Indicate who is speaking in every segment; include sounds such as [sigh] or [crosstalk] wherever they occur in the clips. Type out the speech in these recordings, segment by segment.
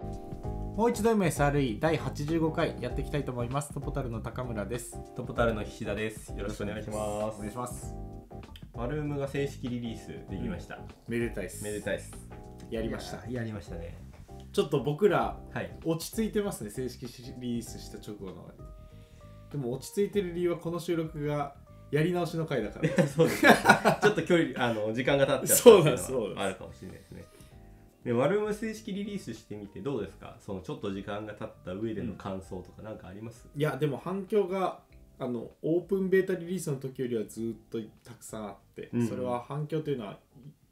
Speaker 1: もう一度 MSRE 第85回やっていきたいと思いますトポタルの高村です
Speaker 2: トポタルの菱田です。よろしくお願いしま
Speaker 1: お願い
Speaker 2: す。
Speaker 1: します
Speaker 2: マルームが正式リリースできました。
Speaker 1: めでたいです
Speaker 2: めでたいです。
Speaker 1: やりました
Speaker 2: いや。やりましたね。
Speaker 1: ちょっと僕ら
Speaker 2: はい。 [laughs]
Speaker 1: 落ち着いてますね正式リリースした直後のでも落ち着いてる理由はこの収録がやり直しの回だ
Speaker 2: [laughs]
Speaker 1: から
Speaker 2: そうです、ね。ちょっと距離あの時間が経っちゃった
Speaker 1: そうだ
Speaker 2: っていの
Speaker 1: そ
Speaker 2: は
Speaker 1: うです
Speaker 2: あるかもしれないですね。でマルーム正式リリースしてみてどうですか。そのちょっと時間が経った上での感想とかなんかあります。
Speaker 1: いやでも反響があのオープンベータリリースの時よりはずっとたくさんあって、
Speaker 2: うん
Speaker 1: それは反響というのは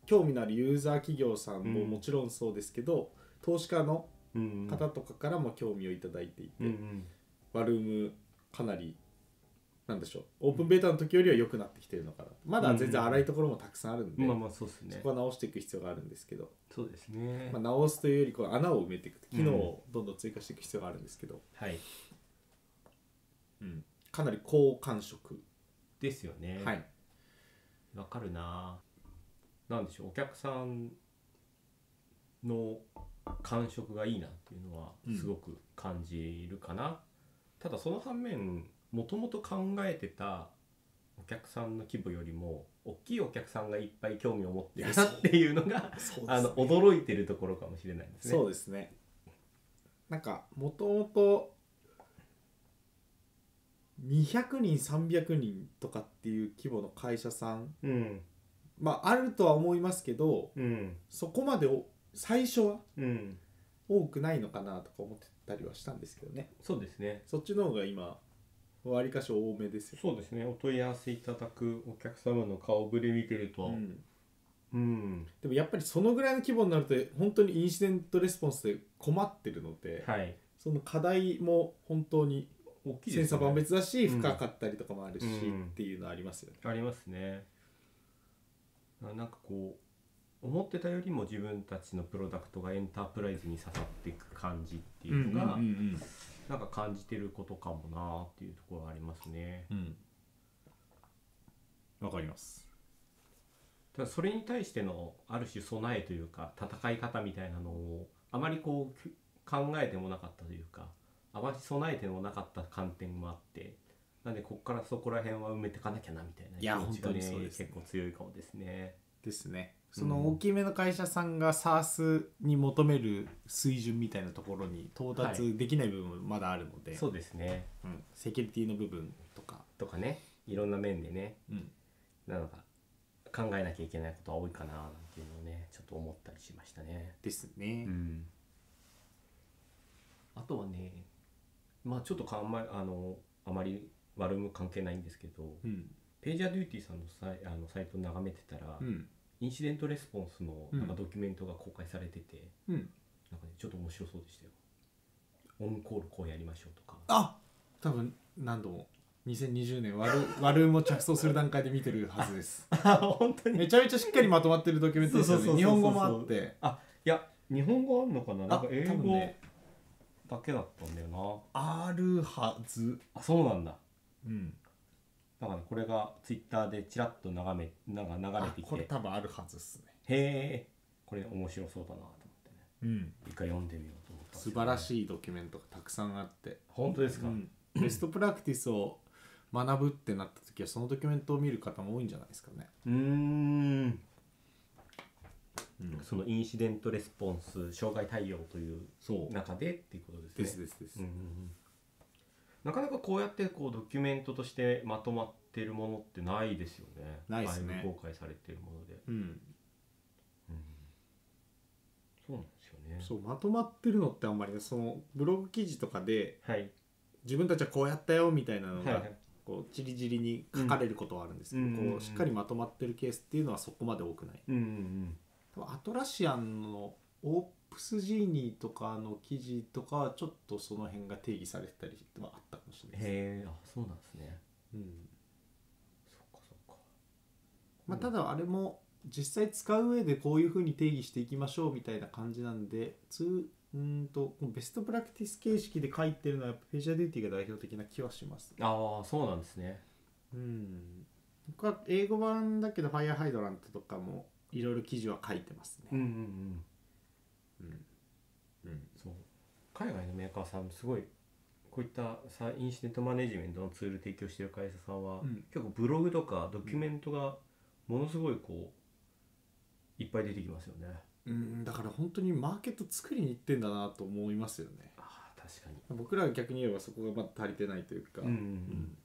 Speaker 1: 興味のあるユーザー企業さんも
Speaker 2: うん
Speaker 1: もちろんそうですけど、投資家の
Speaker 2: うん
Speaker 1: 方とかからも興味をいただいていて、
Speaker 2: うんうん。
Speaker 1: ワルームかなりなんでしょうオープンベータの時よりは良くなってきてるのかなまだ全然荒いところもたくさんあるんで、
Speaker 2: まあまあそうですね
Speaker 1: そ。こは直していく必要があるんですけど、
Speaker 2: そうですね
Speaker 1: まあ、。直すというよりこう穴を埋めていく機能をどんどん追加していく必要があるんですけど、
Speaker 2: はい。
Speaker 1: うんかなり好感触、
Speaker 2: ですよね。
Speaker 1: はい。
Speaker 2: わかるななんでしょうお客さんの感触がいいなっていうのは
Speaker 1: うん
Speaker 2: すごく感じるかな、ただその反面もともと考えてたお客さんの規模よりも大きいお客さんがいっぱい興味を持ってるなっていうのが
Speaker 1: そうですね
Speaker 2: あの驚いてるところかもしれないですね。
Speaker 1: そうですねなんかもともと200人300人とかっていう規模の会社さん
Speaker 2: うん
Speaker 1: まああるとは思いますけど
Speaker 2: うん
Speaker 1: そこまでお最初は
Speaker 2: うん
Speaker 1: 多くないのかなとか思ってたりはしたんですけどね
Speaker 2: そうですね。
Speaker 1: そっちの方が今わりかし多めですよ、
Speaker 2: そうですねお問い合わせいただくお客様の顔ぶれ見てると、
Speaker 1: うん
Speaker 2: うん、
Speaker 1: でもやっぱりそのぐらいの規模になると本当にインシデントレスポンスで困ってるので、
Speaker 2: はい
Speaker 1: その課題も本当に
Speaker 2: 大きい
Speaker 1: 千
Speaker 2: です
Speaker 1: 差
Speaker 2: ね。
Speaker 1: 万別だし、
Speaker 2: うん
Speaker 1: 深かったりとかもあるし、
Speaker 2: うん
Speaker 1: っていうのはありますよね。
Speaker 2: ありますねななんかこう思ってたよりも自分たちのプロダクトがエンタープライズに刺さっていく感じっていうのが、なんか感じてることかもなーっていうところはありますね
Speaker 1: うんわかります。
Speaker 2: ただそれに対してのある種備えというか戦い方みたいなのをあまりこうき考えてもなかったというかあまり備えてもなかった観点もあってなんでこっからそこら辺は埋めてかなきゃなみたいない
Speaker 1: や
Speaker 2: 気持ちが
Speaker 1: 本当にそうですね
Speaker 2: 結構強いかもですね。
Speaker 1: ですね。その大きめの会社さんが SARS に求める水準みたいなところに到達できない部分もまだあるので、
Speaker 2: そうですね
Speaker 1: うんセキュリティの部分とか、
Speaker 2: とかねいろんな面でね
Speaker 1: うん
Speaker 2: なんか考えなきゃいけないことは多いかななんていうのをねちょっと思ったりしましたね。
Speaker 1: ですね。
Speaker 2: ん、あとはねまあちょっとかあんまりあのあまり悪む関係ないんですけど、
Speaker 1: うん
Speaker 2: ページャーデューティーさんのサイあのサイトを眺めてたら、
Speaker 1: うん
Speaker 2: インシデントレスポンスの
Speaker 1: うん
Speaker 2: なんかドキュメントが公開されてて、
Speaker 1: うん、
Speaker 2: なんかねちょっと面白そうでしたよ。オンコールこうやりましょうとか。
Speaker 1: あ多分何度も2020年 [laughs] ワルワルームを着想する段階で見てるはず [laughs] です。
Speaker 2: [laughs] 本当
Speaker 1: めちゃめちゃしっかりまとまってるドキュメントですよ
Speaker 2: そうそうそうそ
Speaker 1: ね。
Speaker 2: う
Speaker 1: 日本語もあって。
Speaker 2: あいや日本語あんのかななんか英
Speaker 1: 多分
Speaker 2: 語
Speaker 1: ね
Speaker 2: だけだったんだよな、
Speaker 1: あるはず。
Speaker 2: あそうなんだ
Speaker 1: うん。
Speaker 2: なんかねこれがツイッターでちらっと眺めなんか流れ
Speaker 1: あ
Speaker 2: てき
Speaker 1: こ
Speaker 2: て
Speaker 1: れ
Speaker 2: へ
Speaker 1: 多分あるはずですね。
Speaker 2: えこれ面白そうだなと思ってね
Speaker 1: うん。
Speaker 2: 一回読んでみようと思ったんです
Speaker 1: 素
Speaker 2: よね
Speaker 1: 晴らしいドキュメントがたくさんあって。
Speaker 2: 本当ですか、
Speaker 1: うんベストプラクティスを学ぶってなった時はそのドキュメントを見る方も多いんじゃないですかね。
Speaker 2: うーん
Speaker 1: うん
Speaker 2: そのインシデントレスポンス障害対応という
Speaker 1: そう。
Speaker 2: 中でっていうことですね
Speaker 1: ですですです。
Speaker 2: うんうんうんなかなかこうやってこうドキュメントとしてまとまってるものってないですよね
Speaker 1: ないっすね
Speaker 2: 外部公開されてるもので
Speaker 1: うん。
Speaker 2: そうなんですよね
Speaker 1: そうまとまってるのってあんまりねそのブログ記事とかで
Speaker 2: はい
Speaker 1: 自分たちはこうやったよみたいなの
Speaker 2: はいは
Speaker 1: が
Speaker 2: い
Speaker 1: こうちりぢりに書かれることはあるんですけど、
Speaker 2: うん
Speaker 1: こうしっかりまとまってるケースっていうのはそこまで多くない。
Speaker 2: うんうん
Speaker 1: 多分アトラシアンのオープスジーニーとかの記事とかはちょっとその辺が定義されてたりはあったかもしれ
Speaker 2: うん
Speaker 1: ないです。
Speaker 2: へえあそうなんですね
Speaker 1: うん
Speaker 2: そっかそっか
Speaker 1: まあ、ただあれも実際使う上でこういうふうに定義していきましょうみたいな感じなんでつうーんとベストプラクティス形式で書いてるのはやっぱフェイシャルデューティーが代表的な気はします、
Speaker 2: ああそうなんですね
Speaker 1: うん僕は英語版だけどファイアハイドラントとかもいろいろ記事は書いてます
Speaker 2: うん
Speaker 1: ね、
Speaker 2: うんうん
Speaker 1: うんうん
Speaker 2: そう海外川さんすごいこういったさインシデントマネジメントのツール提供してる会社さんは、
Speaker 1: うん
Speaker 2: 結構ブログとかドキュメントがものすごいこういっぱい出てきますよね。
Speaker 1: うんだから本当にマーケット作りに行ってんだなと思いますよね
Speaker 2: ああ確かに。
Speaker 1: 僕らは逆に言えばそこがまだ足りてないというか、
Speaker 2: うんうん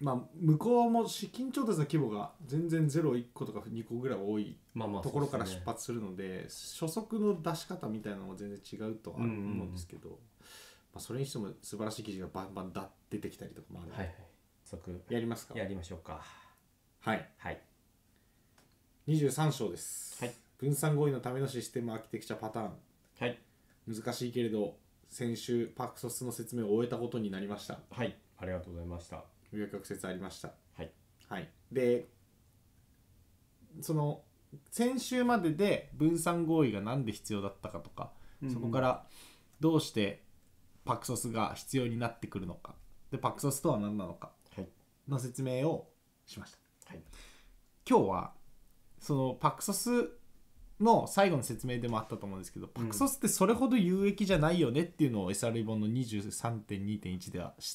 Speaker 1: まあ向こうも資金調達の規模が全然01個とか2個ぐらい多い
Speaker 2: まあまあ
Speaker 1: ところから
Speaker 2: そう
Speaker 1: 出
Speaker 2: ですね
Speaker 1: 発するので,、初速の出し方みたいなのも全然違うとは思うんですけど、まあ、それにしても素晴らしい記事がバンバンだ出てきたりとかもあるので、
Speaker 2: はいはい。早速
Speaker 1: やりますか
Speaker 2: やりましょうか。
Speaker 1: はい
Speaker 2: はい。
Speaker 1: 23章です、
Speaker 2: はい
Speaker 1: 分散合意のためのシステムアーキテクチャパターン
Speaker 2: はい。
Speaker 1: 難しいけれど先週パクソスの説明を終えたことになりました
Speaker 2: はい。ありがとうございました。
Speaker 1: 紆余曲折ありました
Speaker 2: はい。
Speaker 1: はい、でその先週までで分散合意が何で必要だったかとか、
Speaker 2: うんうん
Speaker 1: そこからどうしてパクソスが必要になってくるのかでパクソスとは何なのか
Speaker 2: はい。
Speaker 1: の説明をしました
Speaker 2: はい。
Speaker 1: 今日はそのパクソスの最後の説明でもあったと思うんですけど、パクソスってそれほど有益じゃないよねっていうのを SRE 本の23.2.1ではし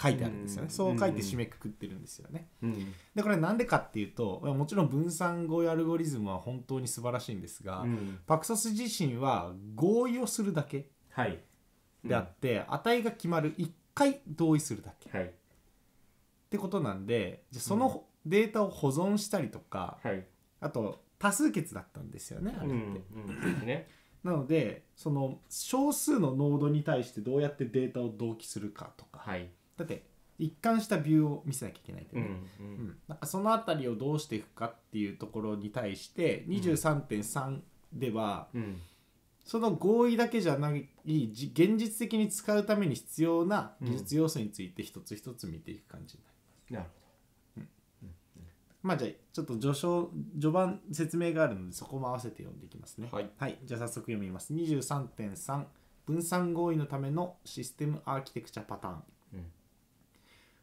Speaker 1: 書いてあるんですよね、
Speaker 2: うん
Speaker 1: そう書いて締めくくってるんですよね、
Speaker 2: うん。
Speaker 1: でこれなんでかっていうともちろん分散合意アルゴリズムは本当に素晴らしいんですが、
Speaker 2: うん
Speaker 1: パクソス自身は合意をするだけ
Speaker 2: はい。
Speaker 1: であって、値が決まる1回同意するだけっ
Speaker 2: はい。
Speaker 1: てことなんでじゃあそのデータを保存したりとか、
Speaker 2: はい。
Speaker 1: あと多数決だったんですよねあ
Speaker 2: う
Speaker 1: れ
Speaker 2: ん
Speaker 1: っ
Speaker 2: う
Speaker 1: て、
Speaker 2: ん。そうですね。
Speaker 1: なのでその少数のノードに対してどうやってデータを同期するかとか、
Speaker 2: はい。
Speaker 1: だって一貫したビューを見せなきゃいけないんで
Speaker 2: う
Speaker 1: ね、
Speaker 2: んう。
Speaker 1: うんん、なんかその辺りをどうしていくかっていうところに対して23.3では、
Speaker 2: うん。
Speaker 1: その合意だけじゃないじ現実的に使うために必要な技術要素について一つ一つ見ていく感じになる、
Speaker 2: なる
Speaker 1: まあじゃあちょっと序章序盤説明があるのでそこも合わせて読んでいきますね
Speaker 2: はい
Speaker 1: じゃあ早速読みます23.3分散合意のためのシステムアーキテクチャパターン
Speaker 2: ほど。うん。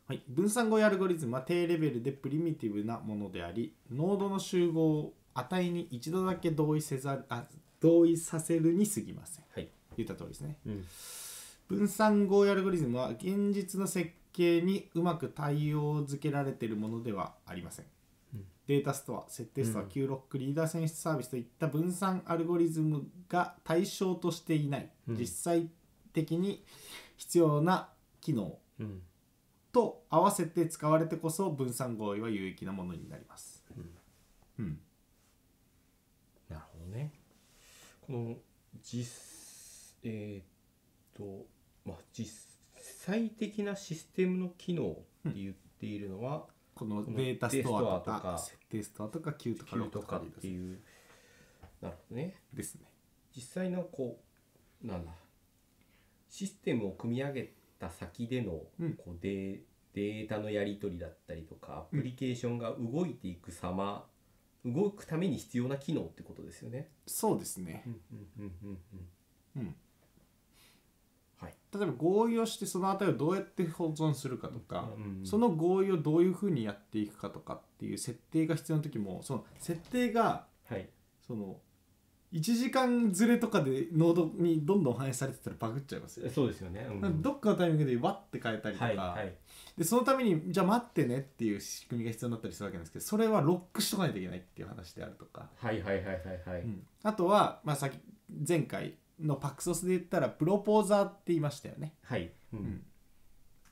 Speaker 1: はい、分散合意アルゴリズムは低レベルでプリミティブなものでありノードの集合を値に一度だけ同意せざるあ同意させるに過ぎません
Speaker 2: はい。
Speaker 1: 言った通りですね
Speaker 2: うん。
Speaker 1: 分散合意アルゴリズムは現実の設計にうまく対応づけられているものではありません、
Speaker 2: うん
Speaker 1: データストア設定ストア、
Speaker 2: うん
Speaker 1: Q ロックリーダー選出サービスといった分散アルゴリズムが対象としていない、
Speaker 2: うん
Speaker 1: 実際的に必要な機能
Speaker 2: うん。
Speaker 1: と合わせて使われてこそ分散合意は有益なものになります。うん、
Speaker 2: なるほどね。この実えーっとまあ実際的なシステムの機能って言っているのは、
Speaker 1: この
Speaker 2: この
Speaker 1: データストアと
Speaker 2: データストアと
Speaker 1: か
Speaker 2: か
Speaker 1: 設定ストアとか Q とか
Speaker 2: Q とかっ
Speaker 1: ロック
Speaker 2: ていうなるほどね。
Speaker 1: ですね。
Speaker 2: 実際のこうなんだシステムを組み上げた先でのこ
Speaker 1: うん
Speaker 2: うデ,、データのやり取りだったりとかアプリケーションが動いていく様、動くために必要な機能ってことですよね。
Speaker 1: そうですね。
Speaker 2: うんうんうんうんうん
Speaker 1: うん、
Speaker 2: はい。
Speaker 1: 例えば合意をしてそのあたりをどうやって保存するかとか、その合意をどういうふうにやっていくかとかっていう設定が必要な時もその設定が
Speaker 2: はい。
Speaker 1: その1時間ずれとかでノードにどんどん反映されてたらバグっちゃいますよ。
Speaker 2: そうですよね。うん
Speaker 1: どっかのタイミングでわって変えたりとか、
Speaker 2: はいはい。
Speaker 1: でそのためにじゃあ待ってねっていう仕組みが必要になったりするわけなんですけどそれはロックしとかないといけないっていう話であるとか、
Speaker 2: はいはいはいはいは
Speaker 1: う
Speaker 2: い。
Speaker 1: ん、あとは、まあ、さっき前回のパクソスで言ったらプロポーザーって言いましたよね
Speaker 2: はい。
Speaker 1: う
Speaker 2: う
Speaker 1: ん。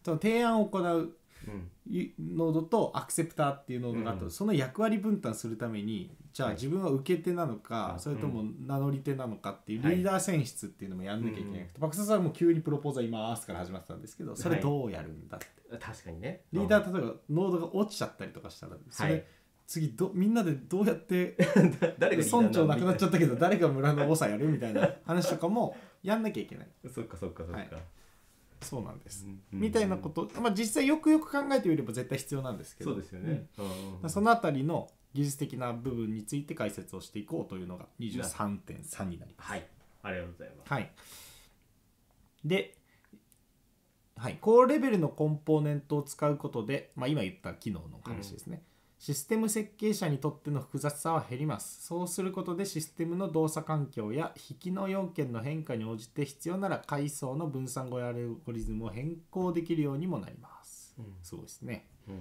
Speaker 1: その提案を行う
Speaker 2: うん
Speaker 1: ノードとアクセプターっていうノードがあって、
Speaker 2: うん
Speaker 1: その役割分担するためにじゃあ
Speaker 2: はい
Speaker 1: 自分は受け手なのか、
Speaker 2: うん
Speaker 1: それとも名乗り手なのかっていう
Speaker 2: はい
Speaker 1: リーダー選出っていうのもやんなきゃいけなくて、パクソスはもう急にプロポーザー今ますから始まってたんですけどそれどうやるんだって。
Speaker 2: 確かにね。
Speaker 1: リーダー例えばノードが落ちちゃったりとかしたらそれ、
Speaker 2: はい
Speaker 1: 次どみんなでどうやって
Speaker 2: ー誰がリーダー
Speaker 1: 村長なくなっちゃ
Speaker 2: っ
Speaker 1: ったけど誰が村の長やるみたいな話とかもやんなきゃいけない
Speaker 2: た。そっかそっかそっ
Speaker 1: はい
Speaker 2: か。
Speaker 1: そうなんです、
Speaker 2: うん
Speaker 1: みたいなこと、まあ、実際よくよく考えてみれば絶対必要なんですけど
Speaker 2: そうですよね。うん
Speaker 1: うんそのあたりの技術的な部分について解説をしていこうというのが23.3になります。
Speaker 2: はい。ありがとうございます。
Speaker 1: はい、で、はい、高レベルのコンポーネントを使うことで、まあ、今言った機能の話ですね、システム設計者にとっての複雑さは減りますそうすることでシステムの動作環境や引きの要件の変化に応じて必要なら階層の分散語やアルゴリズムを変更できるようにもなります、
Speaker 2: うん
Speaker 1: そうですね
Speaker 2: うん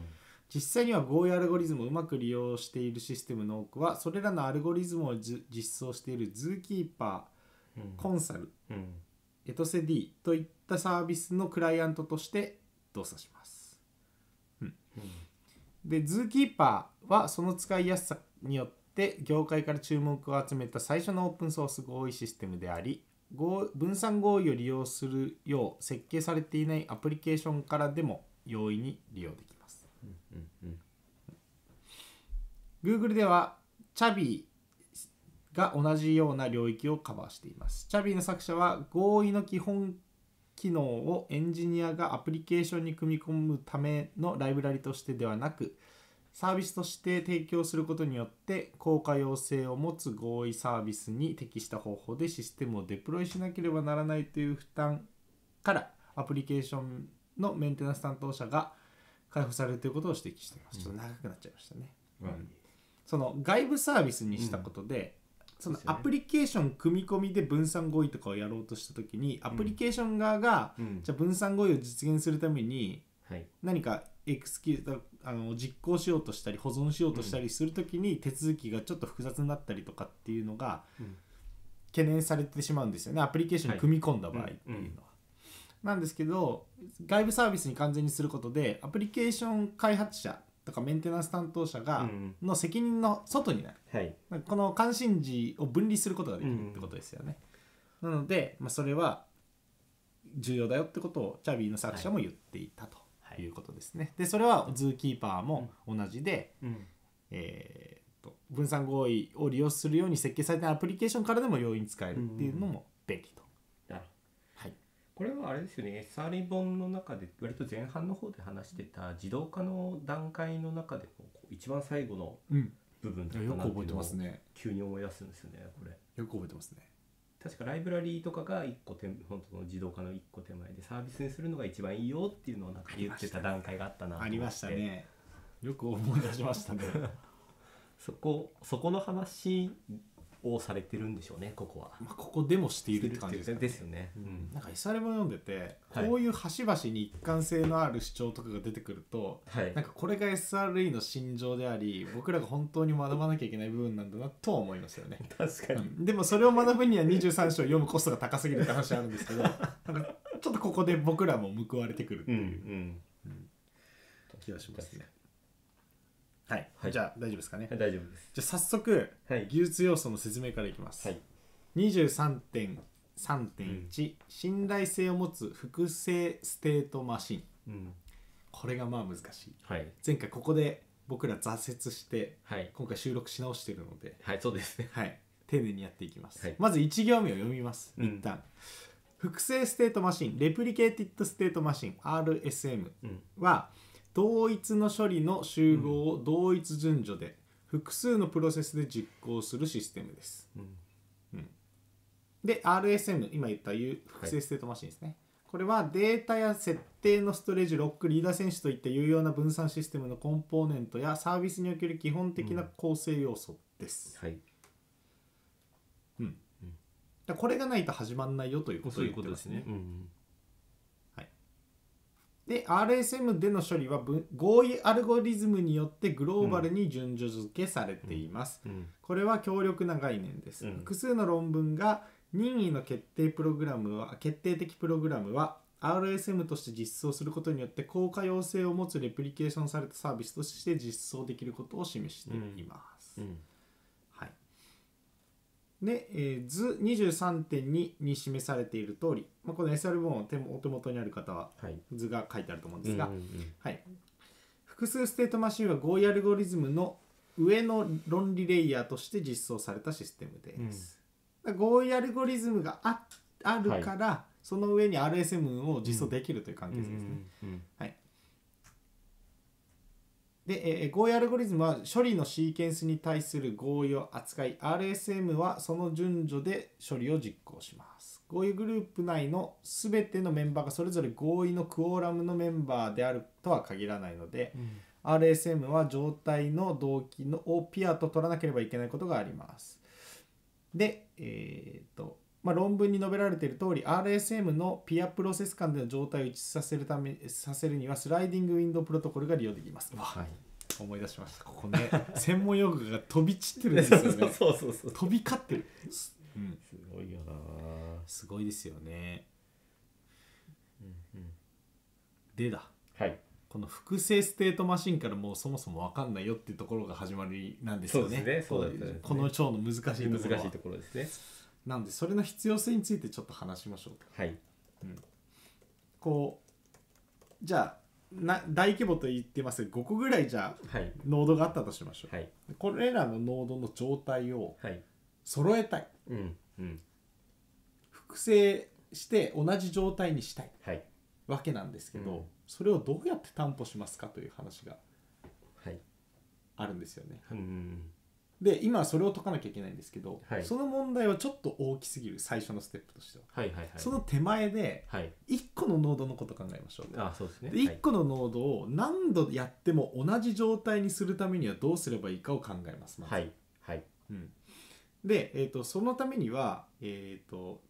Speaker 1: 実際には Go やアルゴリズムをうまく利用しているシステムの多くはそれらのアルゴリズムをじ実装しているズーキーパ
Speaker 2: うん
Speaker 1: ーコンサル
Speaker 2: うん
Speaker 1: エトセ D といったサービスのクライアントとして動作しますでズーキーパーはその使いやすさによって業界から注目を集めた最初のオープンソース Go システムであり Go 分散合意を利用するよう設計されていないアプリケーションからでも容易に利用できます
Speaker 2: うんうん
Speaker 1: Google では Chubby が同じような領域をカバーしています。Chubby の作者は合意の基本機能をエンジニアがアプリケーションに組み込むためのライブラリとしてではなくサービスとして提供することによって効果要性を持つ合意サービスに適した方法でシステムをデプロイしなければならないという負担からアプリケーションのメンテナンス担当者が解放されるということを指摘しています。ちょっと長くなっちゃいましたね。
Speaker 2: うん
Speaker 1: うんその外部サービスにしたことで、その
Speaker 2: ですよ
Speaker 1: ア
Speaker 2: ね
Speaker 1: プリケーション組み込みで分散合意とかをやろうとした時にアプリケーション側が、
Speaker 2: うん
Speaker 1: じゃあ分散合意を実現するために
Speaker 2: はい
Speaker 1: 何かエクスキュートあの実行しようとしたり保存しようとしたりする時に手続きがちょっと複雑になったりとかっていうのが
Speaker 2: うん
Speaker 1: 懸念されてしまうんですよねアプリケーションに組み込んだ場合っていうのは。
Speaker 2: はいうん
Speaker 1: なんですけど外部サービスに完全にすることでアプリケーション開発者とかメンテナンス担当者
Speaker 2: う
Speaker 1: が
Speaker 2: ん
Speaker 1: の責任の外になる
Speaker 2: はい
Speaker 1: この関心事を分離することができるってことですよね、なので、まあ、それは重要だよってことをチャビーの作者も言っていたということですね、でそれはズーキーパーも同じで、
Speaker 2: うん
Speaker 1: えーと分散合意を利用するように設計されたアプリケーションからでも容易に使えるっていうのも便利と、
Speaker 2: なるほど
Speaker 1: はい
Speaker 2: これはあれですよね SRE 本の中で割と前半の方で話してた自動化の段階の中でもこう一番最後の
Speaker 1: うん、
Speaker 2: 部分だった
Speaker 1: よく
Speaker 2: なって
Speaker 1: 覚え
Speaker 2: いう
Speaker 1: て
Speaker 2: のを
Speaker 1: ますね
Speaker 2: 急に思い出すんですよねこれ
Speaker 1: よく覚えてますね
Speaker 2: 確かライブラリーとかが1個手本当の自動化の1個手前でサービスにするのが一番いいよっていうのをなんか言ってた段階があったなと思
Speaker 1: あ
Speaker 2: って
Speaker 1: りましたねよく思い出 [laughs] しましたね
Speaker 2: そこそこの話をされてるんでしょうねここは
Speaker 1: まあここでもしているって感じですかね
Speaker 2: ですよね、うん
Speaker 1: なんか SR も読んでて、
Speaker 2: はい
Speaker 1: こういう端々に一貫性のある主張とかが出てくると
Speaker 2: はい
Speaker 1: なんかこれが SRE の心情であり僕らが本当に学ばなきゃいけない部分なんだなとは思いますよね、
Speaker 2: 確か
Speaker 1: う
Speaker 2: に
Speaker 1: んでもそれを学ぶには23章読むコストが高すぎるって話あるんですけどなんかちょっとここで僕らも報われてくるって
Speaker 2: うんう
Speaker 1: いうん気がしますね、はい、
Speaker 2: はい
Speaker 1: じゃあ大丈夫ですかね、
Speaker 2: はい大丈夫です
Speaker 1: じゃあ早速
Speaker 2: はい
Speaker 1: 技術要素の説明からいきます、
Speaker 2: はい
Speaker 1: 23.3.1、
Speaker 2: うん
Speaker 1: 信頼性を持つ複製ステートマシン
Speaker 2: うん
Speaker 1: これがまあ難しい
Speaker 2: はい
Speaker 1: 前回ここで僕ら挫折して
Speaker 2: はい
Speaker 1: 今回収録し直してるので
Speaker 2: はいそうですね
Speaker 1: はい丁寧にやっていきます、
Speaker 2: はい
Speaker 1: まず1行目を読みます
Speaker 2: うん
Speaker 1: 一旦、複製ステートマシンレプリケーティッドステートマシン RSM
Speaker 2: うん
Speaker 1: は同一の処理の集合を同一順序で複数のプロセスで実行するシステムです
Speaker 2: うん
Speaker 1: で RSM 今言った有複製ステートマシンですね、これはデータや設定のストレージロックリーダー選手といった有用な分散システムのコンポーネントやサービスにおける基本的な構成要素です、
Speaker 2: はい
Speaker 1: うんだからこれがないと始まんないよということ
Speaker 2: そう
Speaker 1: を
Speaker 2: い
Speaker 1: 言
Speaker 2: う
Speaker 1: って
Speaker 2: こと
Speaker 1: ま
Speaker 2: ですす
Speaker 1: ね
Speaker 2: ねうん
Speaker 1: で RSM での処理は分合意アルゴリズムによってグローバルに順序付けされています、
Speaker 2: うん
Speaker 1: これは強力な概念です、
Speaker 2: うん
Speaker 1: 複数の論文が任意の決定プログラムは決定的プログラムは RSM として実装することによって効果要性を持つレプリケーションされたサービスとして実装できることを示しています、
Speaker 2: うん
Speaker 1: はい、で、えー、図23.2に示されている通り、まあ、この SR 本を手もお手元にある方は
Speaker 2: はい
Speaker 1: 図が書いてあると思うんですが、
Speaker 2: うんうん
Speaker 1: はい、複数ステートマシンは合意アルゴリズムの上の論理レイヤーとして実装されたシステムです。だから合意アルゴリズムがああるから、その上に RSM を実装できるという関係
Speaker 2: うん
Speaker 1: 性ですね。
Speaker 2: うん
Speaker 1: はい、で、えー合意アルゴリズムは処理のシーケンスに対する合意を扱い RSM はその順序で処理を実行します合意グループ内の全てのメンバーがそれぞれ合意のクオーラムのメンバーであるとは限らないので、
Speaker 2: うん
Speaker 1: RSM は状態の動機のをピアと取らなければいけないことがあります。で、えーとまあ、論文に述べられている通り RSM のピアプロセス間での状態を一致させるためさせるにはスライディングウィンドウプロトコルが利用できます。わ
Speaker 2: はい
Speaker 1: 思い出しましたここね専門用語が飛び散ってるん
Speaker 2: で
Speaker 1: です [laughs]
Speaker 2: そ
Speaker 1: よ
Speaker 2: うそう
Speaker 1: ね
Speaker 2: そうそうそう
Speaker 1: 飛び交ってる、うん、
Speaker 2: すごいよな
Speaker 1: すごいですよね
Speaker 2: うんうん
Speaker 1: でだ
Speaker 2: はい
Speaker 1: この複製ステートマシンからもうそもそも分かんないよっていうところが始まりなんですよね
Speaker 2: そうですねそうだったですね
Speaker 1: この章の難しいところ
Speaker 2: 難
Speaker 1: は
Speaker 2: しいところですね
Speaker 1: なんでそれの必要性についてちょっと話しましょうと
Speaker 2: はい
Speaker 1: こうじゃあな大規模と言ってますが5個ぐらいじゃあ
Speaker 2: はい
Speaker 1: ノードがあったとしましょう、
Speaker 2: はい
Speaker 1: これらのノードの状態を
Speaker 2: はい
Speaker 1: 揃えたい
Speaker 2: うんうん
Speaker 1: 複製して同じ状態にしたい
Speaker 2: はい
Speaker 1: わけなんですけど、
Speaker 2: うん
Speaker 1: それをどうやって担保しますかという話が
Speaker 2: はい
Speaker 1: あるんですよね
Speaker 2: うん
Speaker 1: で今それを解かなきゃいけないんですけど、
Speaker 2: はい
Speaker 1: その問題はちょっと大きすぎる最初のステップとしては、
Speaker 2: はいはいはい
Speaker 1: その手前で
Speaker 2: はい
Speaker 1: 1個のノードのこと考えましょう
Speaker 2: あそうですね
Speaker 1: で1個のノードを何度やっても同じ状態にするためにはどうすればいいかを考えます、まず
Speaker 2: はいはい
Speaker 1: うん、で、えー、とそのためにはえっ、と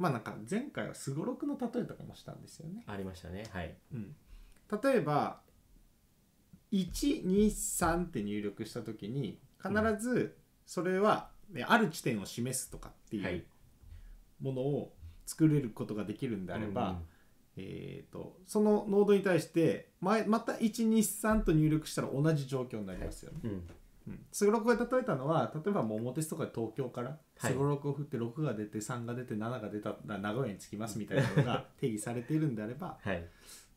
Speaker 1: まあなんか前回はすごろくの例えとかもしたんですよね、
Speaker 2: ありましたねはい
Speaker 1: うん、例えば123って入力した時に必ずそれは、ねある地点を示すとかって
Speaker 2: はいいう
Speaker 1: ものを作れることができるんであれば、
Speaker 2: うん
Speaker 1: えー、とそのノードに対してままた123と入力したら同じ状況になりますよね。
Speaker 2: うん
Speaker 1: うんすごろくで例えたのは例えば桃鉄とかで東京から
Speaker 2: はい
Speaker 1: すごろくを振って6が出て3が出て7が出たら名古屋に着きますみたいなのが [laughs] 定義されているんであれば
Speaker 2: はい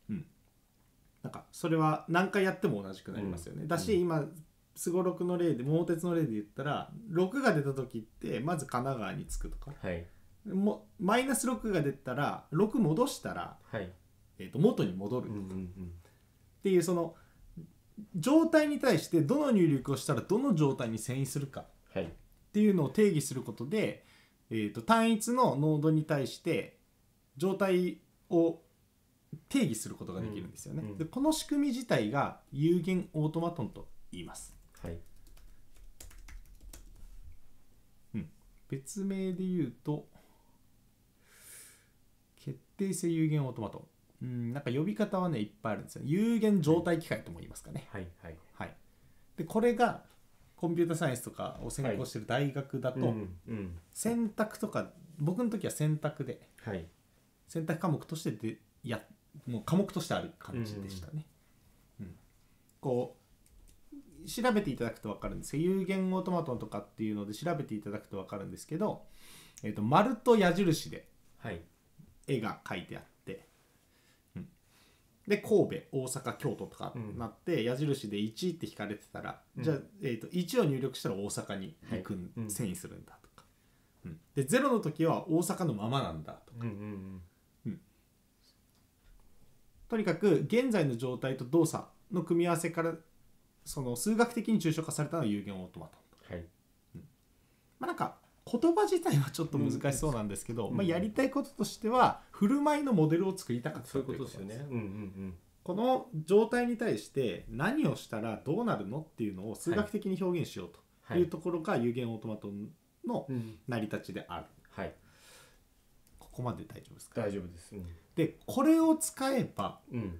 Speaker 1: なんかそれは何回やっても同じくなりますよね、だし、
Speaker 2: うん
Speaker 1: 今すごろくの例で桃鉄の例で言ったら6が出た時ってまず神奈川に着くとか
Speaker 2: はい
Speaker 1: もマイナス6が出たら6戻したら、
Speaker 2: はい
Speaker 1: えー、と元に戻
Speaker 2: う
Speaker 1: る
Speaker 2: んうんうん
Speaker 1: っていうその状態に対してどの入力をしたらどの状態に遷移するかっ
Speaker 2: はい
Speaker 1: ていうのを定義することで、えー、と単一のノードに対して状態を定義することができるんですよね。
Speaker 2: うんうん
Speaker 1: でこの仕組み自体が有限オートマトンと言います。
Speaker 2: はい
Speaker 1: 別名で言うと決定性有限オートマトン。うん、なんか呼び方はねいっぱいあるんですよ。有限状態機械とも言いますかね。
Speaker 2: はいはい
Speaker 1: はい、でこれがコンピュータサイエンスとかを専攻してる大学だ
Speaker 2: うんう
Speaker 1: と
Speaker 2: んうん
Speaker 1: 選択とか僕の時は選択で
Speaker 2: はい
Speaker 1: 選択科目としてでやもう科目としてある感じでしたね。うんこう調べていただくと分かるんですけど有限オートマトンとかっていうので調べていただくと分かるんですけど、えー、と丸と矢印で
Speaker 2: はい
Speaker 1: 絵が描いてあって、うんで神戸大阪京都とかなって、矢印で1って引かれてたら、
Speaker 2: うん
Speaker 1: じゃあ、えー、と1を入力したら大阪に行くん、
Speaker 2: はいうん
Speaker 1: 遷移するんだとか、うんで0の時は大阪のままなんだと
Speaker 2: うんうん
Speaker 1: とにかく現在の状態と動作の組み合わせからその数学的に抽象化されたのは有限オートマトンと
Speaker 2: うんはい
Speaker 1: まあなんか言葉自体はちょっと難しそうなんですけど、
Speaker 2: うん
Speaker 1: まあ、やりたいこととしては振る舞いのモデルを作りたかった
Speaker 2: そういうこと
Speaker 1: と
Speaker 2: ですよねうんうん
Speaker 1: この状態に対して何をしたらどうなるのっていうのを数学的に表現しようと
Speaker 2: はい
Speaker 1: いうところが有限オートマトンの
Speaker 2: うんうん
Speaker 1: 成り立ちである、
Speaker 2: はい
Speaker 1: ここまで大丈夫ですか
Speaker 2: 大丈夫ですうん
Speaker 1: でこれを使えば
Speaker 2: うん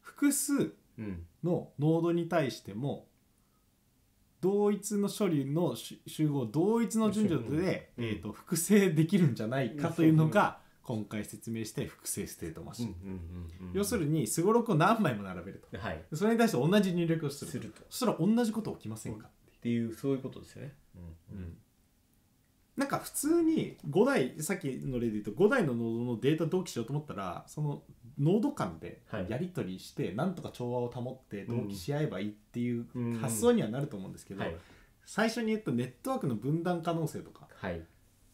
Speaker 1: 複数
Speaker 2: うん
Speaker 1: のノードに対しても同一の処理のし集合を同一の順序で、
Speaker 2: うん
Speaker 1: えー、と複製できるんじゃないかというのが今回説明して複製ステートマシン、要するにすごろくを何枚も並べる
Speaker 2: にはい
Speaker 1: とそれに対して同じ入力をする
Speaker 2: するとっ
Speaker 1: そしたら同じこと起きませんか、
Speaker 2: ていうそういうことですよね
Speaker 1: なんか普通に5台さっきの例で言うと5台のノードのデータ同期しようと思ったらそのノード間で
Speaker 2: はい
Speaker 1: やり取りしてなんとか調和を保って同期し合えばいいっていう
Speaker 2: うん
Speaker 1: 発想にはなると思うんですけど、
Speaker 2: はい
Speaker 1: 最初に言ったネットワークの分断可能性とか
Speaker 2: はい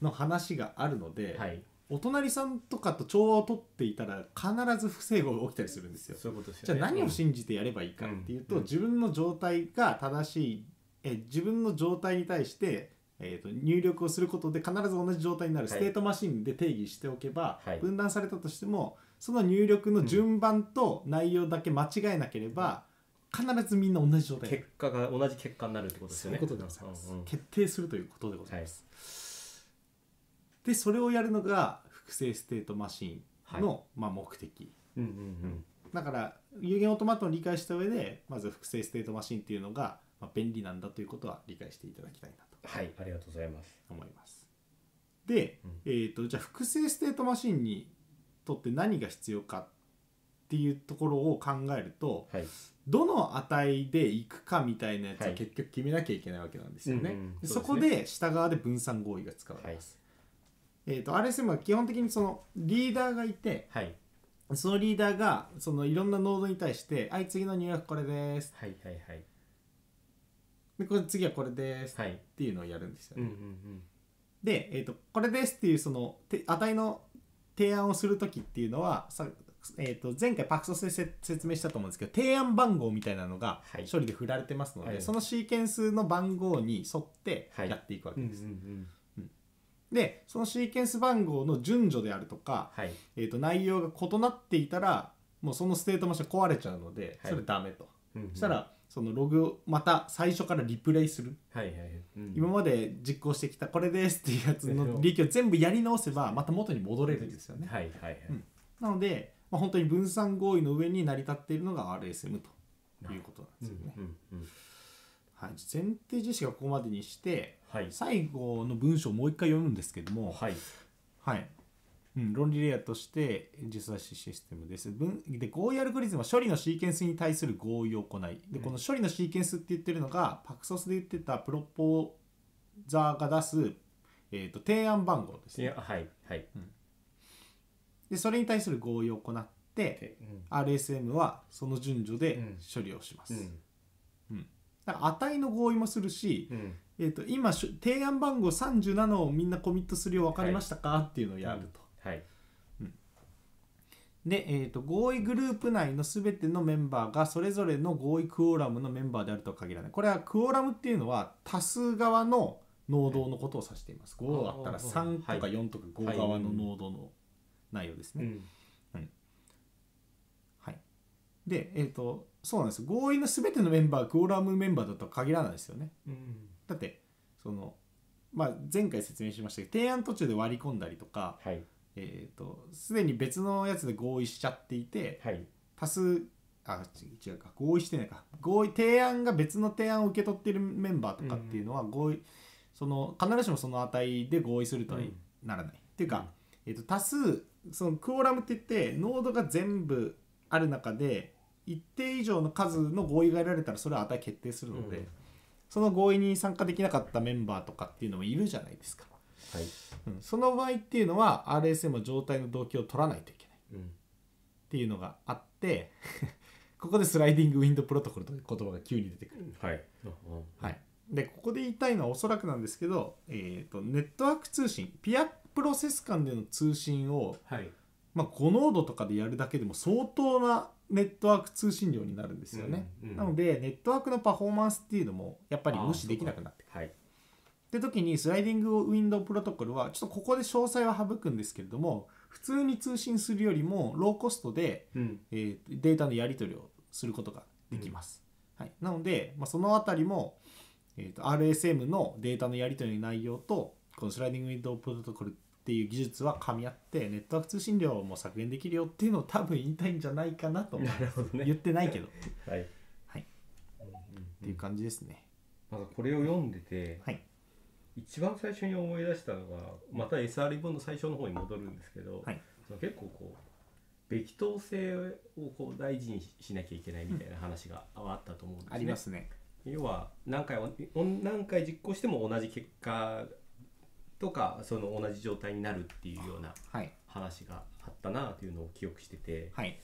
Speaker 1: の話があるので、
Speaker 2: はい
Speaker 1: お隣さんとかと調和を取っていたら必ず不整合が起きたりするんですよ。
Speaker 2: そういうことですよ
Speaker 1: じゃ
Speaker 2: ね
Speaker 1: あ何を信じてやればいいかっていうと、
Speaker 2: うん
Speaker 1: 自分の状態が正しいえ自分の状態に対してえー、と入力をすることで必ず同じ状態になる
Speaker 2: は
Speaker 1: ス
Speaker 2: い
Speaker 1: テートマシンで定義しておけば、
Speaker 2: はい
Speaker 1: 分断されたとしてもその入力の順番と内容だけ間違えなければ、必ずみんな同じ状態になる
Speaker 2: 結果が同じ結果になるってことです
Speaker 1: そ
Speaker 2: よ
Speaker 1: ういう
Speaker 2: ね
Speaker 1: ことでございます、
Speaker 2: うんうん
Speaker 1: 決定するということでございます、でそれをやるのが複製ステートマシンの、まあ、目的
Speaker 2: うんうん
Speaker 1: だから有限オートマットを理解した上でまず複製ステートマシンっていうのが、まあ、便利なんだということは理解していただきたいなと
Speaker 2: はいありがとうございます
Speaker 1: 思いますで、
Speaker 2: うん
Speaker 1: えー、とじゃあ複製ステートマシンにとって何が必要かっていうところを考えると
Speaker 2: はい
Speaker 1: どの値でいくかみたいなやつ
Speaker 2: は
Speaker 1: はい結局決めなきゃいけないわけなんですよね、
Speaker 2: うんうん
Speaker 1: で
Speaker 2: そ
Speaker 1: そう
Speaker 2: ですね
Speaker 1: こで下側で分散合意が使われます、えー、と RSM は基本的にそのリーダーがいて、
Speaker 2: はい
Speaker 1: そのリーダーがそのいろんなノードに対して「はい次の入力これです
Speaker 2: はいはいはい」
Speaker 1: でこれ次はこれです
Speaker 2: はい
Speaker 1: っていうのをやるんですよ、
Speaker 2: うん
Speaker 1: ね
Speaker 2: うんうん
Speaker 1: で、えー、とこれですっていうそのて値の提案をする時っていうのはさ、えー、と前回パクソスでせ説明したと思うんですけど提案番号みたいなのが
Speaker 2: はい
Speaker 1: 処理で振られてますので、
Speaker 2: はい
Speaker 1: そのシーケンスの番号に沿って
Speaker 2: はい
Speaker 1: やっていくわ
Speaker 2: う
Speaker 1: け
Speaker 2: んうんう
Speaker 1: です、
Speaker 2: ん
Speaker 1: でそのシーケンス番号の順序であるとか、
Speaker 2: はい
Speaker 1: えー、と内容が異なっていたらもうそのステートマシン壊れちゃうので
Speaker 2: はい
Speaker 1: それダメと。
Speaker 2: うんうん
Speaker 1: そしたらそのログをまた最初からリプレイする、
Speaker 2: はいはいはいうん
Speaker 1: 今まで実行してきたこれですっていうやつの利益を全部やり直せばまた元に戻れるんですよね
Speaker 2: はいはいはい
Speaker 1: うんなので、まあ、本当に分散合意の上に成り立っているのが RSM ということなんですよね、
Speaker 2: うんうんうん
Speaker 1: はい、前提実施がここまでにして
Speaker 2: はい
Speaker 1: 最後の文章をもう一回読むんですけども、
Speaker 2: はい
Speaker 1: はい。うん、論理レイヤーとして実際システムです。分で合意アルゴリズムは処理のシーケンスに対する合意を行い。で、
Speaker 2: うん
Speaker 1: この処理のシーケンスって言ってるのが、パクソスで言ってたプロポーザーが出す、えー、と提案番号です
Speaker 2: い
Speaker 1: ね
Speaker 2: やはいはい
Speaker 1: で、それに対する合意を行って、
Speaker 2: でうん
Speaker 1: RSM はその順序で
Speaker 2: うん
Speaker 1: 処理をします。
Speaker 2: うん
Speaker 1: だから値の合意もするし、
Speaker 2: うん
Speaker 1: えー、と今、しょ提案番号37をみんなコミットするよう分かりましたか、っていうのをやると。
Speaker 2: はい
Speaker 1: で、えー、と合意グループ内のすべてのメンバーがそれぞれの合意クオラムのメンバーであるとは限らないこれはクオラムっていうのは多数側のノードのことを指しています5あったら
Speaker 2: あ
Speaker 1: 3
Speaker 2: ー
Speaker 1: とか
Speaker 2: はい
Speaker 1: 4とか5側のノードの内容です
Speaker 2: う
Speaker 1: ね、
Speaker 2: ん
Speaker 1: はい、でえっ、とそうなんです合意のすべてのメンバーがクオラムメンバーだとは限らないですよね
Speaker 2: うん
Speaker 1: だってその、まあ、前回説明しましたけど提案途中で割り込んだりとか
Speaker 2: はい
Speaker 1: えっ、とすでに別のやつで合意しちゃっていて、
Speaker 2: はい
Speaker 1: 多数あち違うか合意してないか合意提案が別の提案を受け取っているメンバーとかっていうのは合意、その必ずしもその値で合意するとは
Speaker 2: うん
Speaker 1: ならない、っていうか、えっと多数そのクオラムって言ってノードが全部ある中で一定以上の数の合意が得られたらそれは値決定するので、
Speaker 2: うん
Speaker 1: その合意に参加できなかったメンバーとかっていうのもいるじゃないですか、
Speaker 2: はい
Speaker 1: うん、その場合っていうのは RSM は状態の動機を取らないといけない
Speaker 2: うん
Speaker 1: っていうのがあって [laughs] ここでスライディングウィンドウプロトコルという言葉が急に出てくる。
Speaker 2: はいうん
Speaker 1: はい、でここで言いたいのはおそらくなんですけど、えー、とネットワーク通信ピアプロセス間での通信を、
Speaker 2: はい
Speaker 1: まあ、5ノードとかでやるだけでも相当なネットワーク通信量になるんですよね。
Speaker 2: うんうん
Speaker 1: なのでネットワークのパフォーマンスっていうのもやっぱり無視できなくなってくる。
Speaker 2: はい
Speaker 1: って時にスライディングウィンドウプロトコルはちょっとここで詳細は省くんですけれども普通に通信するよりもローコストで
Speaker 2: うん
Speaker 1: えーデータのやり取りをすることができます。はい、なので、まあ、そのあたりも、えー、と RSM のデータのやり取りの内容とこのスライディングウィンドウプロトコルっていう技術は噛み合ってネットワーク通信量も削減できるよっていうのを多分言いたいんじゃないかなと
Speaker 2: [laughs] なるほど
Speaker 1: 言っ
Speaker 2: ね
Speaker 1: てないけどっ
Speaker 2: はい
Speaker 1: はい
Speaker 2: うんうん
Speaker 1: ていう感じですね。
Speaker 2: なんかこれを読んでて
Speaker 1: はい、
Speaker 2: 一番最初に思い出したのがまた SR 本の最初の方に戻るんですけど、
Speaker 1: はい
Speaker 2: その結構こうべき当性をこう大事にしなきゃいけないみたいな話があったと思うんですね。
Speaker 1: ありますね。
Speaker 2: 要は何回おお何回実行しても同じ結果とかその同じ状態になるっていうような
Speaker 1: はい。
Speaker 2: 話があったなというのを記憶してて
Speaker 1: はい。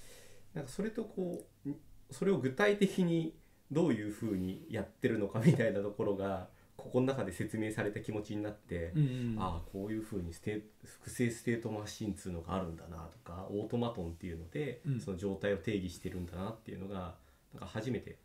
Speaker 2: なんかそれとこうんそれを具体的にどういうふうにやってるのかみたいなところがここの中で説明された気持ちになって、
Speaker 1: うん
Speaker 2: ああこういうふうにステ複製ステートマシンっていうのがあるんだなとかオートマトンっていうので、
Speaker 1: うん
Speaker 2: その状態を定義してるんだなっていうのがなんか初めて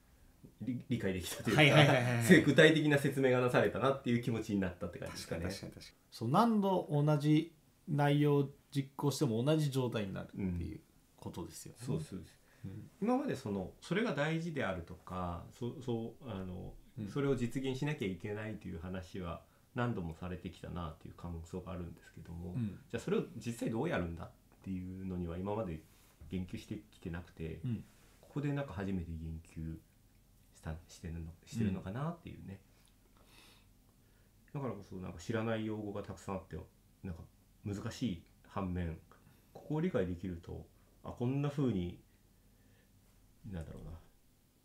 Speaker 2: 理理解できたというか、
Speaker 1: はいはいはいはいはい
Speaker 2: すごい [laughs] 具体的な説明がなされたなっていう気持ちになったって感じです
Speaker 3: 確か
Speaker 2: か
Speaker 3: に
Speaker 2: ね。
Speaker 3: 確かに確か
Speaker 1: そう何度同じ内容を実行しても同じ状態になるっていうことですよね、
Speaker 2: そうですそうです、
Speaker 1: うん
Speaker 2: 今までそのそれが大事であるとかそそうあの、
Speaker 1: うん
Speaker 2: それを実現しなきゃいけないという話は何度もされてきたなっていう感想があるんですけども、
Speaker 1: うん
Speaker 2: じゃあそれを実際どうやるんだっていうのには今まで言及してきてなくて、
Speaker 1: うん
Speaker 2: ここでなんか初めて言及したしてるのしてるのかなっていうね、だからこそなんか知らない用語がたくさんあってなんか難しい反面ここを理解できるとあこんな風になんだろうな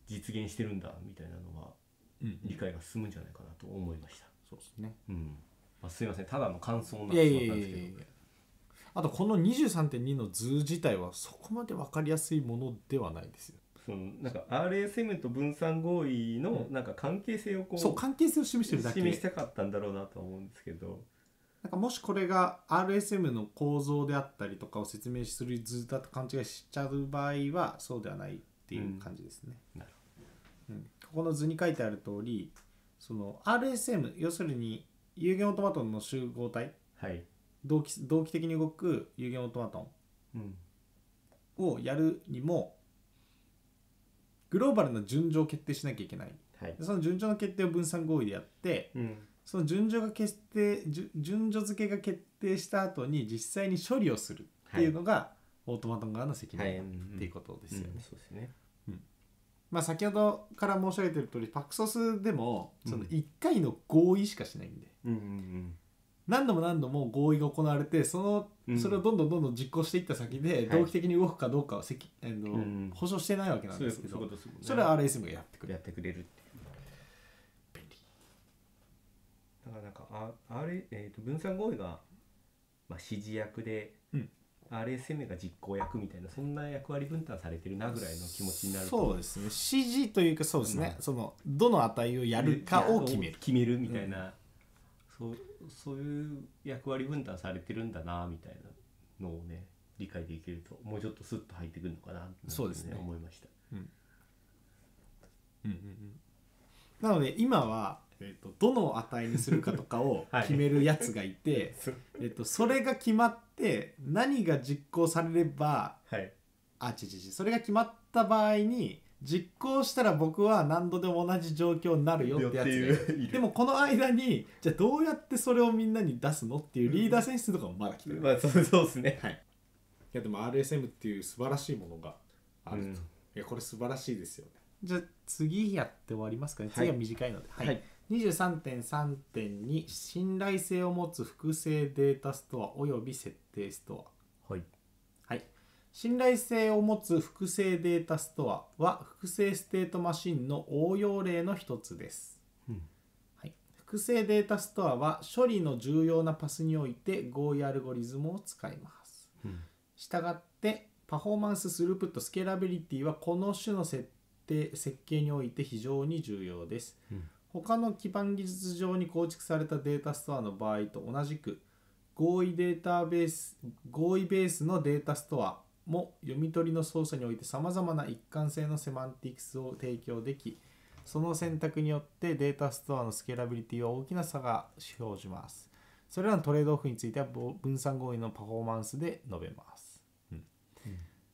Speaker 2: 実現してるんだみたいなのは
Speaker 1: うん
Speaker 2: 理解が進むんじゃないかなと思いました、
Speaker 1: そうですね
Speaker 2: うんまあ、すいませんただの感想にないっ
Speaker 1: や
Speaker 2: て
Speaker 1: い
Speaker 2: し
Speaker 1: やい
Speaker 2: ま
Speaker 1: や
Speaker 2: っ
Speaker 1: い
Speaker 2: たん
Speaker 1: や
Speaker 2: ですけど
Speaker 1: いやあとこの23.2の図自体はそこまで分かりやすいものではないですよ
Speaker 2: そのなんか RSM と分散合意の
Speaker 1: う
Speaker 2: なんか関係性をこう
Speaker 1: そう関係性を示してるだけ
Speaker 2: 示したかったんだろうなとは思うんですけど
Speaker 1: なんかもしこれが RSM の構造であったりとかを説明する図だと勘違いしちゃう場合はそうではないっていう感じですね。
Speaker 2: うんなる
Speaker 1: うんここの図に書いてある通りその RSM 要するに有限オートマトンの集合体
Speaker 2: はい、
Speaker 1: 同期同期的に動く有限オートマト
Speaker 2: うん、
Speaker 1: ンをやるにもグローバルな順序を決定しなきゃいけない。
Speaker 2: はい
Speaker 1: で、その順序の決定を分散合意でやって
Speaker 2: うん、
Speaker 1: その順序が決定順順序付けが決定した後に実際に処理をするっていうのが、オートマトン側の責
Speaker 2: はい
Speaker 1: 任っていうことですよね。
Speaker 2: うんそうですね
Speaker 1: まあ、先ほどから申し上げてる通りパクソスでもその1回の合意しかしないんで、
Speaker 2: うんうん
Speaker 1: 何度も何度も合意が行われてそ
Speaker 2: うん
Speaker 1: のそれをどんどんどんどん実行していった先で
Speaker 2: はい
Speaker 1: 動機的に動くかどうかを責、あの
Speaker 2: うん
Speaker 1: 保証してないわけ
Speaker 2: う
Speaker 1: なんん
Speaker 2: そうい
Speaker 1: で
Speaker 2: う
Speaker 1: す
Speaker 2: こ
Speaker 1: けど
Speaker 2: とそういうことですもんね
Speaker 1: それは RSM がやってくれ
Speaker 2: や
Speaker 1: る。
Speaker 2: ってくれるっていうだからなんかああれ、えー、と分散合意が、まあ、指示役で、
Speaker 1: うん
Speaker 2: RSM が実行役みたいなそんな役割分担されてるなぐらいの気持ちになると
Speaker 1: そうですね指示というかそうですね、そのどの値をやるかを決める。
Speaker 2: 決めるみたいな、そうそういう役割分担されてるんだなみたいなのをね理解できるともうちょっとスッと入ってくるのかなって
Speaker 1: そうですね
Speaker 2: 思いました
Speaker 1: なので今は、えー、とどの値にするかとかを
Speaker 2: [laughs] はい
Speaker 1: 決めるやつがい
Speaker 2: [laughs]
Speaker 1: て、
Speaker 2: そう
Speaker 1: えー、とそれが決まって何が実行されれば
Speaker 2: はい
Speaker 1: あ違う違う違うそれが決まった場合に実行したら僕は何度でも同じ状況になるよってやつがい
Speaker 2: よっ
Speaker 1: る
Speaker 2: ていういる
Speaker 1: でもこの間にじゃあどうやってそれをみんなに出すのっていうリーダー選出とかもまだ来てない、い
Speaker 2: まあそうそうですね
Speaker 1: やでも RSM っていう素晴らしいものがあると、
Speaker 2: うん
Speaker 1: いやこれ素晴らしいですよねじゃあ次やって終わりますかね次は短いので、はい
Speaker 2: はい
Speaker 1: 23.3.2信頼性を持つ複製データストアおよび設定スト
Speaker 2: はい
Speaker 1: ア、はい、信頼性を持つ複製データストアは複製ステートマシンの応用例の一つです、
Speaker 2: うん
Speaker 1: はい、複製データストアは処理の重要なパスにおいて合意アルゴリズムを使います
Speaker 2: うん
Speaker 1: したがってパフォーマンススループットスケーラビリティはこの種の設定設計において非常に重要です、
Speaker 2: うん
Speaker 1: 他の基盤技術上に構築されたデータストアの場合と同じく合意データベース合意ベースのデータストアも読み取りの操作においてさまざまな一貫性のセマンティクスを提供できその選択によってデータストアのスケーラビリティは大きな差が生じますそれらのトレードオフについてはぼ分散合意のパフォーマンスで述べます、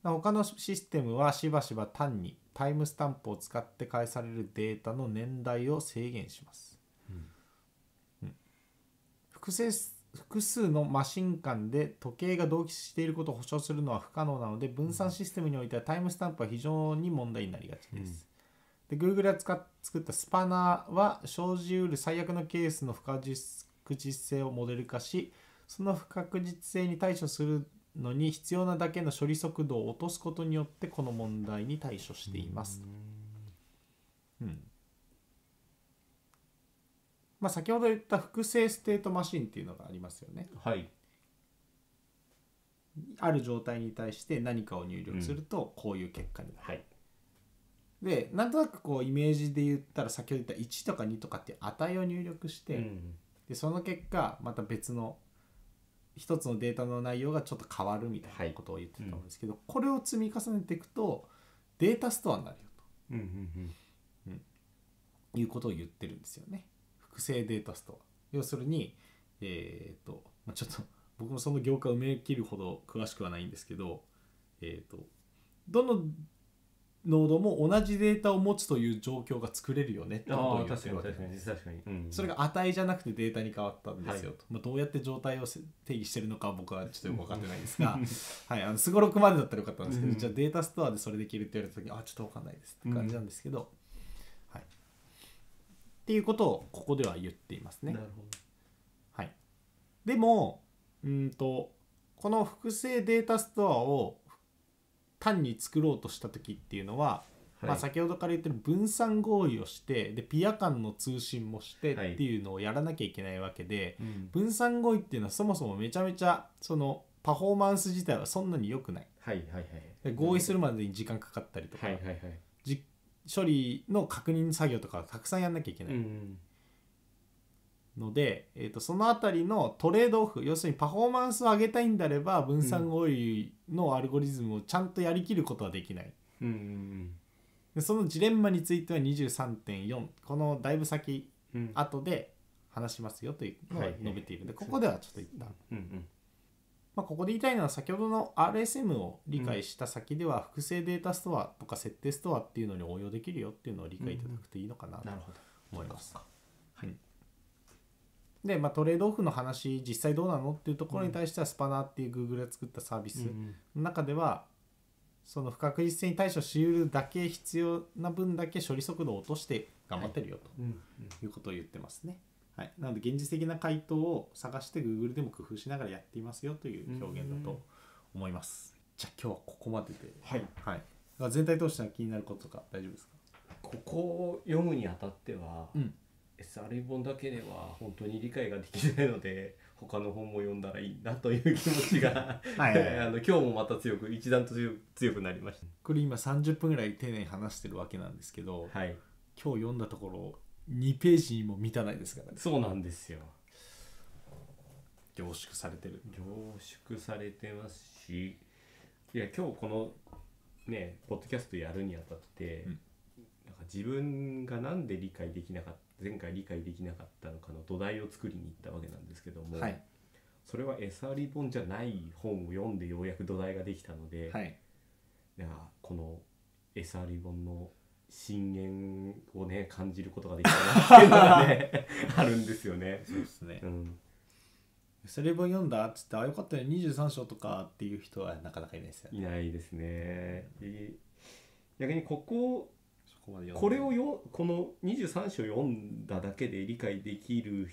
Speaker 1: 他のシステムはしばしば単にタイムスタンプを使って返されるデータの年代を制限します、うん複製す複数のマシン間で時計が同期していることを保証するのは不可能なので分散システムにおいてはタイムスタンプは非常に問題になりがちです、で Google が使っ作ったスパナーは生じうる最悪のケースの不確実性をモデル化しその不確実性に対処するのに必要なだけの処理速度を落とすことによってこの問題に対処しています。うんまあ、先ほど言った複製ステートマシンっていうのがありますよね。
Speaker 2: はい
Speaker 1: ある状態に対して何かを入力するとこういう結果になる。
Speaker 2: はい
Speaker 1: でなんとなくこうイメージで言ったら先ほど言った1とか2とかっていう値を入力して、
Speaker 2: うん
Speaker 1: でその結果また別の一つのデータの内容がちょっと変わるみたいなことを言ってたと思うんですけど、これを積み重ねていくとデータストアになるよと
Speaker 2: うんうんうん
Speaker 1: いうことを言ってるんですよね複製データスとは要するにえっ、と、まあ、ちょっと僕もその業界を埋め切るほど詳しくはないんですけどえっ、とどのノードも同じデータを持つという状況が作れるよねってこと
Speaker 2: あ
Speaker 1: を
Speaker 2: あ
Speaker 1: 言っ
Speaker 2: 確
Speaker 1: て
Speaker 2: か
Speaker 1: る
Speaker 2: に
Speaker 1: わけ
Speaker 2: 確
Speaker 1: です
Speaker 2: かに確かに、うん、
Speaker 1: それが値じゃなくてデータに変わったんですよと、まあ、どうやって状態をせ定義してるのかは僕はちょっとよく分かってないですが
Speaker 2: [laughs]
Speaker 1: はいあのすごろくまでだったらよかったんですけど、
Speaker 2: うん
Speaker 1: じゃあデータストアでそれできるって言われた時にあちょっと分かんないですって感じなんですけど、はい、っていうことをここでは言っていますね
Speaker 2: な。るほ
Speaker 1: はい、でもうんとこの複製データストアを単に作ろうとした時っていうのは、
Speaker 2: ど
Speaker 1: まあ、先ほどから言ってる分散合意をしてでピア間の通信もしてっ
Speaker 2: はい
Speaker 1: ていうのをやらなきゃいけないわけで、
Speaker 2: うん
Speaker 1: 分散合意っていうのはそもそもめちゃめちゃそのパフォーマンス自体はそんなに良くない
Speaker 2: はいはいはい
Speaker 1: で合意するまでに時間かかったりとか、
Speaker 2: はいはいはい
Speaker 1: じ処理の確認作業とかたくさんやんなきゃいけ
Speaker 2: う
Speaker 1: ない
Speaker 2: ん
Speaker 1: ので、えー、とそのあたりのトレードオフ要するにパフォーマンスを上げたいんだれば分散合意のアルゴリズムをちゃんとやりきることはできない。
Speaker 2: うんうん
Speaker 1: でそのジレンマについては23.4このだいぶ先
Speaker 2: うんうん
Speaker 1: 後で話しますよというのを述べているので、
Speaker 2: は
Speaker 1: こ
Speaker 2: い
Speaker 1: こではちょっと一旦、
Speaker 2: うんうん
Speaker 1: まあ、ここで言いたいのは先ほどの RSM を理解した先では複製データストアとか設定ストアっていうのに応用できるよっていうのを理解いただくといいのかなと
Speaker 2: なるほど
Speaker 1: 思います。
Speaker 2: はい
Speaker 1: で、まあ、トレードオフの話実際どうなのっていうところに対してはスパナーっていう Google が作ったサービス
Speaker 2: うん
Speaker 1: の中ではその不確実性に対処しうるだけ必要な分だけ処理速度を落として頑張ってるよと。
Speaker 2: うんうん
Speaker 1: いうことを言ってますね。はい、なので現実的な回答を探して Google でも工夫しながらやっていますよという表現だと思います。じゃあ今日はここまでで、
Speaker 2: はい
Speaker 1: はい、まあ全体通しては気になることとか大丈夫ですか、
Speaker 2: ここを読むにあたっては、
Speaker 1: うん、
Speaker 2: SR 本だけでは本当に理解ができないので [laughs] 他の本も読んだらいいなという気持ちが
Speaker 1: [laughs] はいはいはい
Speaker 2: [laughs] あの今日もまた強く一段と強く強くなりまし
Speaker 1: これ今30分ぐらい丁寧に話してるわけなんですけど、
Speaker 2: たはい
Speaker 1: 今日読んだところ2ページにも満たないですからね
Speaker 2: そうなんですよ
Speaker 1: 凝縮されてる。
Speaker 2: 凝縮されてますしいや今日このねポッドキャストやるにあたって、
Speaker 1: うん
Speaker 2: なんか自分がなんで理解できなかった前回理解できなかったのかの土台を作りに行ったわけなんですけども、
Speaker 1: はい、
Speaker 2: それは SR 本じゃない本を読んでようやく土台ができたので、
Speaker 1: はい、
Speaker 2: いやこの SR 本の深淵をね感じることができたなっていうのがね
Speaker 1: [laughs]
Speaker 2: あるんですよね。
Speaker 1: そうですね
Speaker 2: う。ん、
Speaker 1: それも読んだっつって「あよかったね23章とか」っていう人はなかなかいないですよね。
Speaker 2: いないですね。い逆にここ
Speaker 1: そこまで読んで
Speaker 2: これをよこの23章読んだだけで理解できる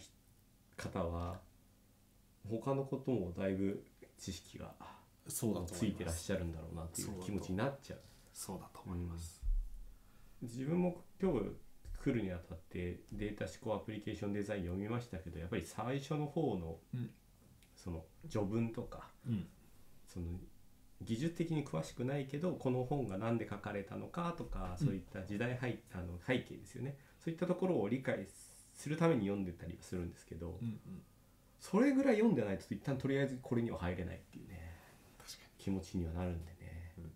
Speaker 2: 方は他のこともだいぶ知識が
Speaker 1: そうだと思います
Speaker 2: ついてらっしゃるんだろうなってい
Speaker 1: そうだ
Speaker 2: う
Speaker 1: と
Speaker 2: 気持ちになっちゃう。
Speaker 1: そうだと
Speaker 2: 思います。自分も今日来るにあたってデータ思考アプリケーションデザイン読みましたけどやっぱり最初の方の、
Speaker 1: うん
Speaker 2: その序文とか
Speaker 1: うん、
Speaker 2: その技術的に詳しくないけどこの本が何で書かれたのかとかそういった時代背,、あの背景ですよねそういったところを理解するために読んでたりはするんですけど
Speaker 1: うんうん、
Speaker 2: それぐらい読んでないと一旦とりあえずこれには入れないっていうね
Speaker 1: 確か
Speaker 2: 気持ちにはなるんでね。
Speaker 1: に、
Speaker 2: い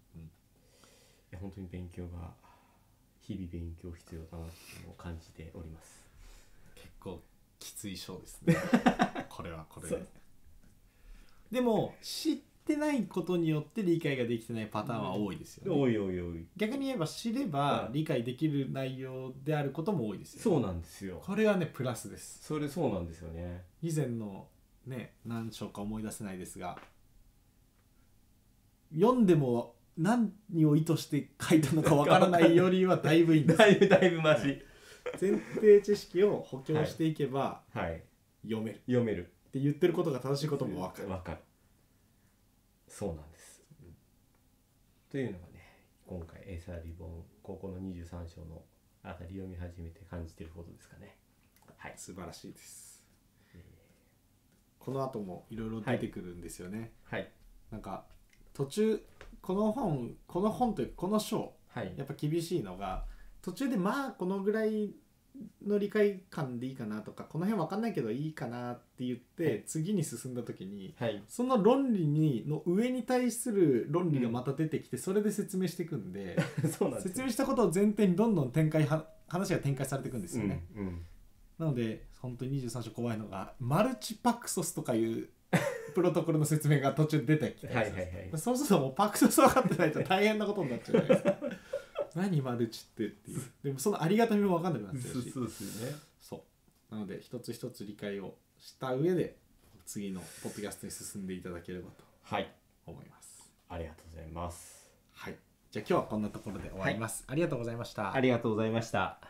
Speaker 2: や本当に勉強が日々勉強必要だなっていうのを感じております
Speaker 1: 結構きつい章です [laughs] ねこれはこれ
Speaker 2: そ
Speaker 1: で
Speaker 2: う
Speaker 1: でも知ってないことによって理解ができてないパターンは多いですよね、
Speaker 2: おいおいおい
Speaker 1: 逆に言えば知れば理解できる内容であることも多いですよね、
Speaker 2: そうなんですよ
Speaker 1: これはねプラスです
Speaker 2: それそうなんですよね
Speaker 1: 以前のね何章か思い出せないですが読んでも何を意図して書いたのかわからないよりはだいぶいいんです
Speaker 2: [laughs]
Speaker 1: [laughs]
Speaker 2: だいぶだいぶマシ
Speaker 1: 前提知識を補強していけば
Speaker 2: はい
Speaker 1: 読める
Speaker 2: 読める
Speaker 1: って言ってることが正しいことも分かる
Speaker 2: わかるそうなんです、というのがね今回エーサーリボン高校の23章のあたり読み始めて感じてることですかねはい
Speaker 1: 素晴らしいですこの後もいろいろ出てくるんですよね、
Speaker 2: はい
Speaker 1: なんか途中この本この本というかこの章
Speaker 2: はい
Speaker 1: やっぱ厳しいのが途中でまあこのぐらいの理解感でいいかなとかこの辺分かんないけどいいかなって言って、
Speaker 2: はい
Speaker 1: 次に進んだ時に
Speaker 2: はい
Speaker 1: その論理にの上に対する論 [laughs] 理がまた出てきて、それで説明していくんで
Speaker 2: [laughs] そうなんです
Speaker 1: 説
Speaker 2: よ
Speaker 1: 明したことを前提にどんどん展開は話が展開されていくんですよね、
Speaker 2: うんうん
Speaker 1: なので本当に23章怖いのがマルチパクソスとかいう [laughs] プロトコルの説明が途中で出てきて、
Speaker 2: はいはいはい
Speaker 1: そうするともうパクソス分かってないと大変なことになっちゃうじゃない
Speaker 2: [laughs]
Speaker 1: ですか何マルチってっていうでもそのありがたみも分かんなくなっちゃ
Speaker 2: そうう
Speaker 1: し
Speaker 2: そうですよね
Speaker 1: そうなので一つ一つ理解をした上で次のポッドキャストに進んでいただければと
Speaker 2: はい
Speaker 1: 思います
Speaker 2: ありがとうございます
Speaker 1: はいじゃあ今日はこんなところで終わります、ありがとうございました
Speaker 2: ありがとうございました